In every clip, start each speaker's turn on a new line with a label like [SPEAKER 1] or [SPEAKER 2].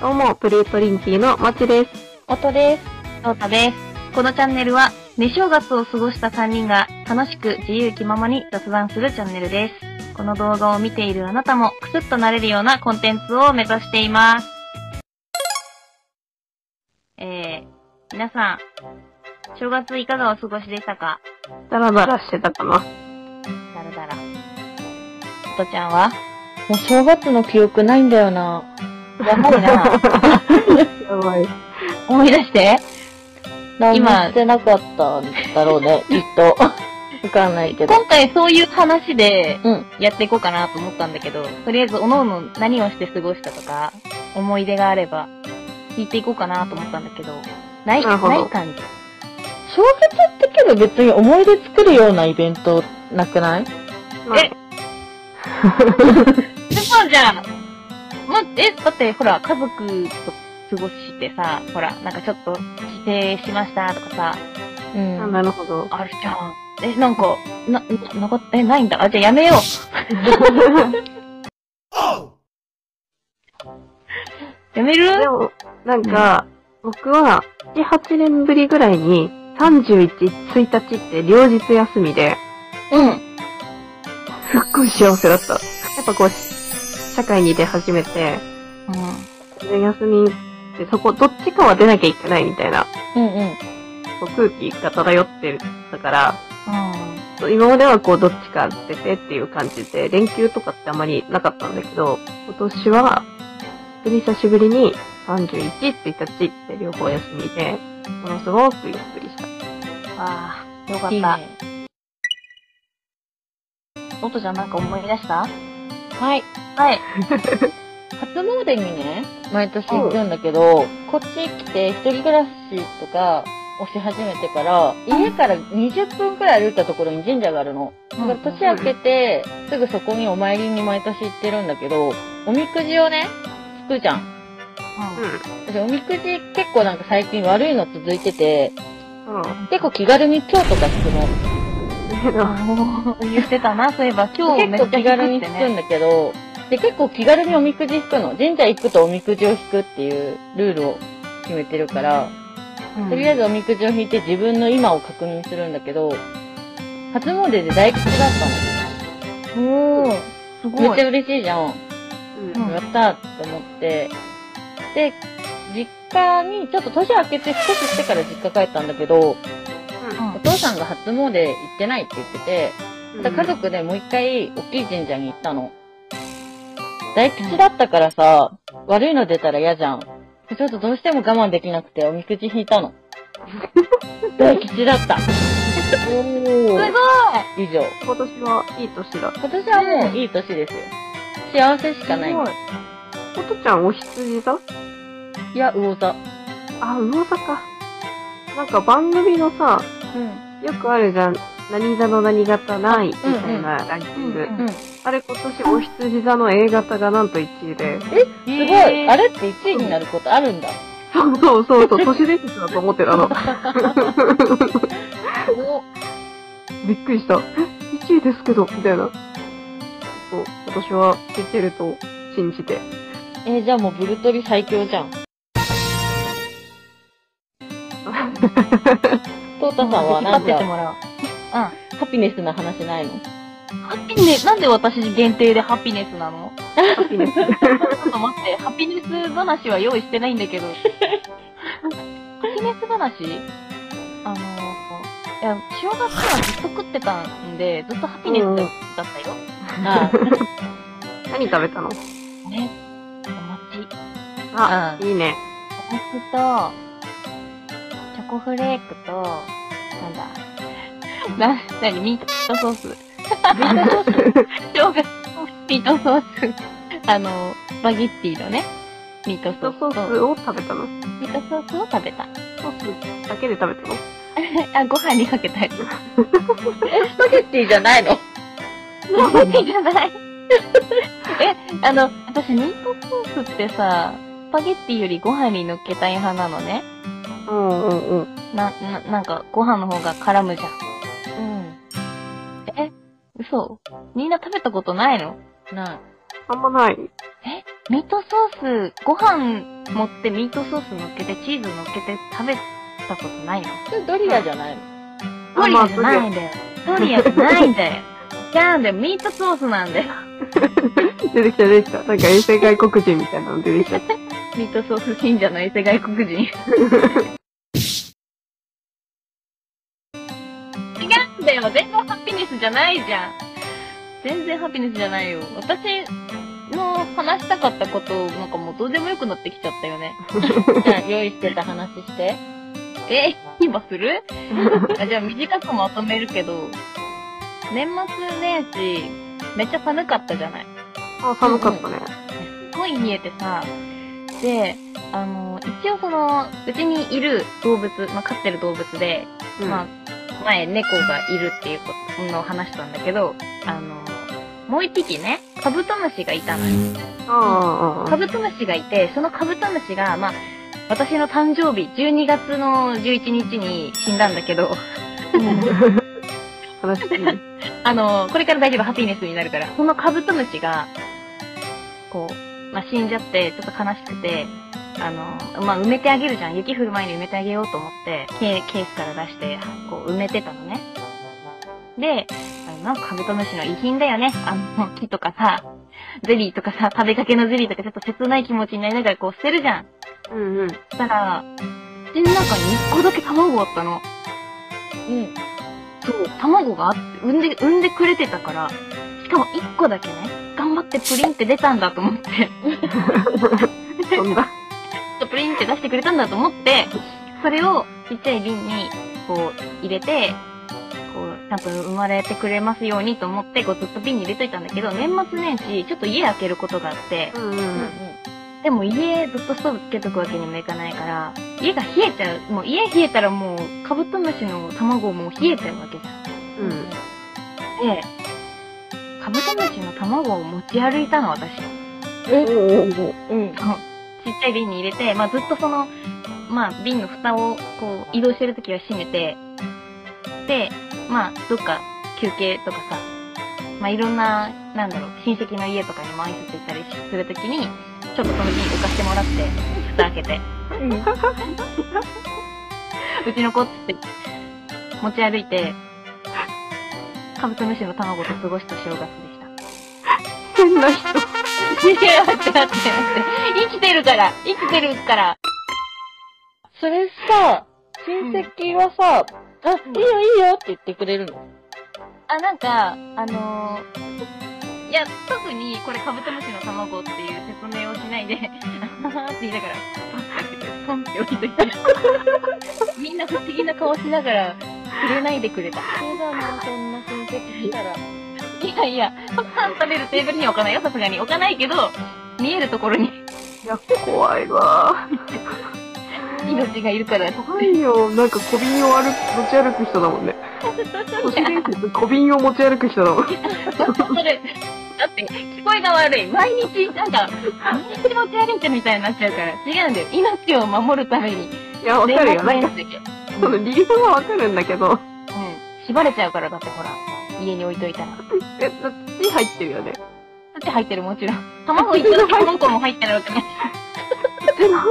[SPEAKER 1] どうも、プリートリンキーのまちです。
[SPEAKER 2] 音です。
[SPEAKER 3] 翔太です。このチャンネルは、寝正月を過ごした3人が楽しく自由気ままに雑談するチャンネルです。この動画を見ているあなたもクスッとなれるようなコンテンツを目指しています。えー、皆さん、正月いかがお過ごしでしたか
[SPEAKER 1] ダラダラしてたかな。
[SPEAKER 3] だらだら。音ちゃんは
[SPEAKER 2] もう正月の記憶ないんだよな。
[SPEAKER 3] やばいな。
[SPEAKER 1] やばい。
[SPEAKER 3] 思い出して。
[SPEAKER 2] 何もしてなかったんだろう ね、きっと。わかんないけど。
[SPEAKER 3] 今回そういう話で
[SPEAKER 2] うん
[SPEAKER 3] やっていこうかなと思ったんだけど、とりあえずおのおの何をして過ごしたとか、思い出があれば、聞いていこうかなと思ったんだけど、ない、
[SPEAKER 1] なるほど
[SPEAKER 3] ない感じ。
[SPEAKER 2] 正月ってけど別に思い出作るようなイベントなくない
[SPEAKER 3] えでもじゃあ、ま、え、だってほら、家族と過ごしてさ、ほら、なんかちょっと帰省しましたとかさ、
[SPEAKER 2] う
[SPEAKER 1] あ
[SPEAKER 2] ん。
[SPEAKER 1] なるほ ど。
[SPEAKER 3] あるじゃん。え、なんか、な、な、なかった、え、ないんだ。あ、じゃあやめよう。やめる
[SPEAKER 1] でも、なんか、僕は、7、8年ぶりぐらいに、31、1日って両日休みで、
[SPEAKER 2] うん。
[SPEAKER 1] すっごい幸せだった。やっぱこう、社会に出始めて、
[SPEAKER 3] う
[SPEAKER 1] で休みってそこ、どっちかは出なきゃいけないみたいな、
[SPEAKER 2] うんうん。
[SPEAKER 1] こう空気が漂ってたから、
[SPEAKER 3] ん。うん。
[SPEAKER 1] そう今まではこう、どっちか出てっていう感じで、連休とかってあまりなかったんだけど、今年は、本当に久しぶりに、31、1日って両方休みで、ものすごくゆっくりした。
[SPEAKER 3] ああ、よかっ
[SPEAKER 2] いい
[SPEAKER 3] た。
[SPEAKER 2] ね
[SPEAKER 3] おとちゃんなんか思い出した
[SPEAKER 2] はい。
[SPEAKER 3] はい。
[SPEAKER 2] 初詣にね、毎年行くんだけど、こっち来て一人暮らしとかをし始めてから、家から20分くらい歩いたところに神社があるの。だから年明けて、すぐそこにお参りに毎年行ってるんだけど、おみくじをね、引くじゃん。私おみくじ結構なんか最近悪いの続いてて、
[SPEAKER 1] うん。うん。
[SPEAKER 2] 結構気軽に今日とか引くの。
[SPEAKER 1] けど、
[SPEAKER 3] あー言ってたな、そういえば。今日め
[SPEAKER 2] 結
[SPEAKER 3] っちゃ
[SPEAKER 2] 構気軽に
[SPEAKER 3] 低く
[SPEAKER 2] 引
[SPEAKER 3] て
[SPEAKER 2] くん
[SPEAKER 3] ね。
[SPEAKER 2] だけど、で、結構気軽におみくじ引くの。神社行くとおみくじを引くっていうルールを決めてるから、
[SPEAKER 3] うん
[SPEAKER 2] とりあえずおみくじを引いて自分の今を確認するんだけど、初詣で大吉だった
[SPEAKER 3] おー、す
[SPEAKER 2] の。め
[SPEAKER 3] ご
[SPEAKER 2] っち
[SPEAKER 3] い。
[SPEAKER 2] ゃ嬉しいじゃん。
[SPEAKER 1] うん
[SPEAKER 3] うん
[SPEAKER 2] やったーって思って。で、実家に、ちょっと年明けて少ししてから実家帰ったんだけど、お父さんが初詣行ってないって言ってて、だから家族でもう一回大きい神社に行ったの。大吉だったからさ、悪いの出たら嫌じゃん。ちょっとどうしても我慢できなくておみくじ引いたの。大吉だった。
[SPEAKER 1] おー
[SPEAKER 2] 以上。
[SPEAKER 1] 今年はいい年だ。
[SPEAKER 2] 今年はもういい年ですよ。幸せしかない。
[SPEAKER 1] おとちゃんお羊座
[SPEAKER 2] いや、魚座。
[SPEAKER 1] あ、魚座か。なんか番組のさ、
[SPEAKER 2] うん。
[SPEAKER 1] よくあるじゃん。何座の何型ないみたいなランキング。
[SPEAKER 3] うんうん
[SPEAKER 2] うん。
[SPEAKER 1] あれ今年お羊座の A 型がなんと1位で。
[SPEAKER 3] す
[SPEAKER 2] すごい。あれって1位になることあるんだ。
[SPEAKER 1] そうそうそうそう、都市伝説だと思ってたの。 びっくりした。え1位ですけど、みたいな。そう、今年は出てると信じて。
[SPEAKER 2] えーじゃあもうブルトリ最強じゃん。トータさんは
[SPEAKER 3] 引っ張
[SPEAKER 2] な
[SPEAKER 3] っ
[SPEAKER 2] ん
[SPEAKER 3] てって
[SPEAKER 2] か、
[SPEAKER 3] もらおう。
[SPEAKER 2] ハピネスな話ないの
[SPEAKER 3] ハッピネス、なんで私限定でハピネスなの
[SPEAKER 1] ハッピネス。
[SPEAKER 3] ちょっと待って、ハピネス話は用意してないんだけど。ハピネス話あのー、いや、正月はずっと食ってたんで、ずっとハピネスだったよ。
[SPEAKER 2] あー
[SPEAKER 1] 何食べたの
[SPEAKER 3] ね。お餅。
[SPEAKER 1] あ、
[SPEAKER 2] う
[SPEAKER 1] いいね。
[SPEAKER 3] お餅と、チョコフレークと、なんだ、な、なに、ミートソース。ミートソース生姜ミートソース。あの、スパゲッティのね、ミート
[SPEAKER 1] ソ
[SPEAKER 3] ソース
[SPEAKER 1] ー
[SPEAKER 3] と、
[SPEAKER 1] スを食べたの。
[SPEAKER 3] ミートソースを食べた。
[SPEAKER 1] ソースだけで食べたの
[SPEAKER 3] あ、ご飯にかけたり。
[SPEAKER 2] え、スパゲッティじゃないの
[SPEAKER 3] ご飯じゃない。 え、あの、私、ミートソースってさ、スパゲッティよりご飯に乗っけたい派なのね。
[SPEAKER 1] うんうんうん。
[SPEAKER 3] な、な、なんか、ご飯の方が絡むじゃん。
[SPEAKER 2] うん。
[SPEAKER 3] え、嘘みんな食べたことないの
[SPEAKER 2] な
[SPEAKER 1] あんまない。
[SPEAKER 3] えミートソース、ご飯持ってミートソース乗っけて、チーズ乗っけて食べたことないの
[SPEAKER 2] それドリアじゃないの、
[SPEAKER 3] ドリアじゃないんだよ。ドリアじゃ ないんだよ。じゃあ、でもミートソースなんだよ。
[SPEAKER 1] 出てきた出てきた。なんか衛星外国人みたいなの出てきちゃった。
[SPEAKER 3] ミートソース信者の伊勢外国人。違うんだよ。全然ハピネスじゃないじゃん。全然ハピネスじゃないよ。私の話したかったこと、なんかもうどうでもよくなってきちゃったよね。
[SPEAKER 2] じゃあ用意してた話して。
[SPEAKER 3] え、今するあじゃあ短くまとめるけど、年末年始、めっちゃ寒かったじゃない。
[SPEAKER 1] あ、寒かったね。
[SPEAKER 3] すごい冷えてさ、で、あの、一応その、うちにいる動物、まあ、飼ってる動物で、
[SPEAKER 1] うん。
[SPEAKER 3] まあ、前猫がいるっていうことのを話したんだけど、あの、もう一匹ね、カブトムシがいたのよ。
[SPEAKER 1] ああ、あ
[SPEAKER 3] カブトムシがいて、そのカブトムシが、まあ、私の誕生日、12月の11日に死んだんだけど、
[SPEAKER 1] あ。悲しいね。
[SPEAKER 3] あの、これから大丈夫、ハピネスになるから。そのカブトムシが、こう、まあ、死んじゃって、ちょっと悲しくて、あの、まあ、埋めてあげるじゃん。雪降る前に埋めてあげようと思って、ケーケースから出して、こう、埋めてたのね。で、あの、なんかカブトムシの遺品だよね。あの、木とかさ、ゼリーとかさ、食べかけのゼリーとかちょっと切ない気持ちになりながらこう捨てるじゃん。
[SPEAKER 1] うんうん。
[SPEAKER 3] そしたら、口の中に1個だけ卵あったの。
[SPEAKER 2] うん。
[SPEAKER 3] そう、卵があって産んで、産んでくれてたから、しかも1個だけね、頑張ってプリンって出たんだと思って、
[SPEAKER 1] そんな。
[SPEAKER 3] プリンって出してくれたんだと思って、それをちっちゃい瓶に、こう、入れて、こう、ちゃんと生まれてくれますようにと思って、こう、ずっと瓶に入れといたんだけど、年末年始、ちょっと家開けることがあって、
[SPEAKER 1] うんう
[SPEAKER 2] うんうん
[SPEAKER 1] ん。。
[SPEAKER 3] でも家ずっとストーブつけとくわけにもいかないから、家が冷えちゃう。もう家冷えたらもう、カブトムシの卵も冷えちゃうわけじゃん。
[SPEAKER 1] うん。
[SPEAKER 3] で、カブトムシの卵を持ち歩いたの、私。ちっ
[SPEAKER 1] うん。うん。
[SPEAKER 2] うん。
[SPEAKER 3] ちゃい瓶に入れて、まあずっとその、まあ瓶の蓋をこう移動してるときは閉めて、で、まあどっか休憩とかさ、まあいろんな、なんだろう、親戚の家とかにも挨拶行ったりするときに、ちょっとその瓶浮かしてもらって、蓋開けて、うちの子っつって、持ち歩いて、カブトムシの卵と過ごした正月でした。
[SPEAKER 1] 変な人。
[SPEAKER 3] いや、待って待って待って。生きてるから生きてるから
[SPEAKER 2] それさ、親戚はさ、あ、いいよいいよって言ってくれるの
[SPEAKER 3] あ、なんか、あのー、いや、特にこれカブトムシの卵っていう説明をしないで、あははって言いながら、パッて開けて、ポンって置いといて。みんな不思議な顔しながら、触れないでくれた。
[SPEAKER 2] そうだな、そんな親戚いたら。
[SPEAKER 3] いやいや、パン食べるテーブルには置かないよ、さすがに。置かないけど、見えるところに
[SPEAKER 1] いや、怖いわ。
[SPEAKER 3] 命がいる から、
[SPEAKER 1] 怖いよ。なんか小瓶を歩く、持ち歩く人だもんね。都市伝説、小瓶を持ち歩く人だもん。
[SPEAKER 3] それ、だって、聞こえが悪い。毎日、なんか、毎日持ち歩いてるみたいになっちゃうから。違うんだよ。命を守るために。
[SPEAKER 1] いや、わかるよ。なん
[SPEAKER 3] 年
[SPEAKER 1] か、
[SPEAKER 3] 末年始
[SPEAKER 1] その理由はわかるんだけど。
[SPEAKER 3] うん。縛れちゃうから、だってほら。家に置いといたら。だ
[SPEAKER 1] え、だって手入ってるよね。
[SPEAKER 3] って入ってる、もちろん。卵一個だけ香港も入ってるわけね。
[SPEAKER 1] でも、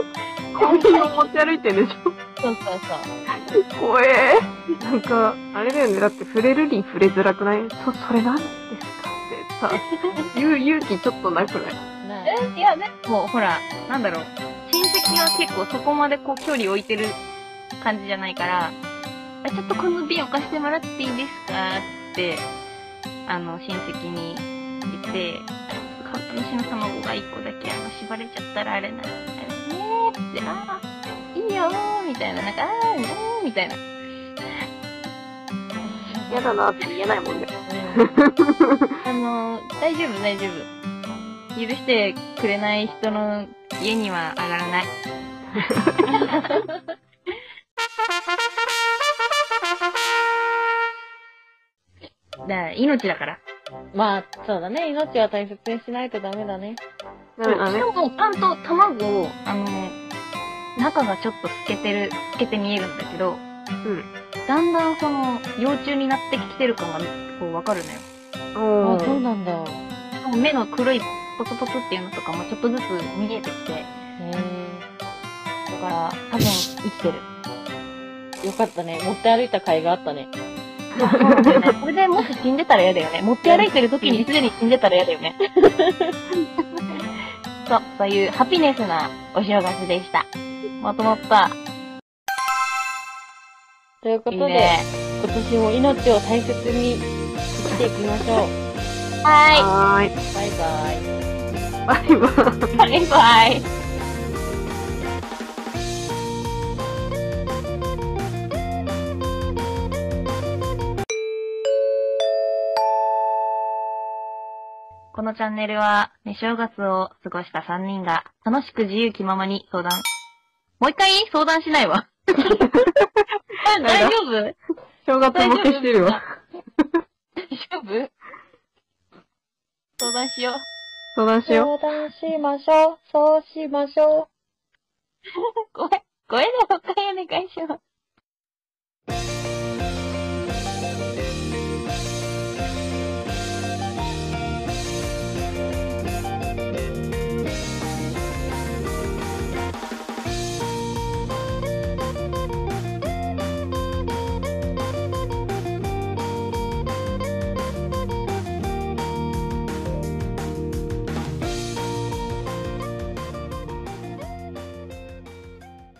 [SPEAKER 1] 小瓶を持ち歩いてるでしょ。
[SPEAKER 2] そうそうそう。
[SPEAKER 1] 怖えなんか、あれだよね。だって触れるに触れづらくないそ、それなんですかってさ、言う勇気ちょっとなくない
[SPEAKER 2] なあ
[SPEAKER 3] え、いや、でも、ほら、なんだろう。親戚は結構そこまでこう、距離置いてる感じじゃないから、あちょっとこの瓶貸してもらっていいですかって、あの、親戚に言って、カブトムシの卵が1個だけ、あの、縛れちゃったらあれな、あれねーって、あー、いいよー、みたいな、なんか、あー、ねー、みたいな。
[SPEAKER 1] 嫌だなって言えないもんね。
[SPEAKER 3] あの、大丈夫、大丈夫。許してくれない人の家には上がらない。だから命だから。
[SPEAKER 2] まあ、そうだね。命は大切にしないとダメだね。
[SPEAKER 1] ダメだ
[SPEAKER 3] し
[SPEAKER 1] ね。
[SPEAKER 3] かも、ちゃんと卵を、あの、中がちょっと透けてる、透けて見えるんだけど、
[SPEAKER 1] うん。
[SPEAKER 3] だんだんその、幼虫になってきてる感が、こう、わかるのよ。
[SPEAKER 1] うん。
[SPEAKER 2] なんだ。
[SPEAKER 3] 目の黒いポツポツっていうのとかもちょっとずつ見えてきて、
[SPEAKER 2] へ
[SPEAKER 3] だから多分生きてる。
[SPEAKER 2] え。よかったね。持って歩いた甲斐があったね。
[SPEAKER 3] これでもし死んでたら嫌だよね。持って歩いてる時にすでに死んでたら嫌だよね。 そう、そういうハピネスなお正月でした。まとまった。
[SPEAKER 2] というこ
[SPEAKER 3] い
[SPEAKER 2] と
[SPEAKER 3] い
[SPEAKER 2] で、
[SPEAKER 3] ね。
[SPEAKER 2] 今年も命を大切に生きていきましょう。
[SPEAKER 3] は
[SPEAKER 1] はーい。
[SPEAKER 2] バイバイ。
[SPEAKER 1] バイバイ。
[SPEAKER 3] い。バイバイ。このチャンネルは、ね、正月を過ごした3人が、楽しく自由気ままに相談。もう一回相談しないわ。大丈夫大
[SPEAKER 1] 正月もけしてるわ。
[SPEAKER 3] 丈夫相談しよう。
[SPEAKER 1] 相談しよう。
[SPEAKER 2] 相談しましょう。そうしましょう。
[SPEAKER 3] ごめん、ごめんね、もう一回お願いします。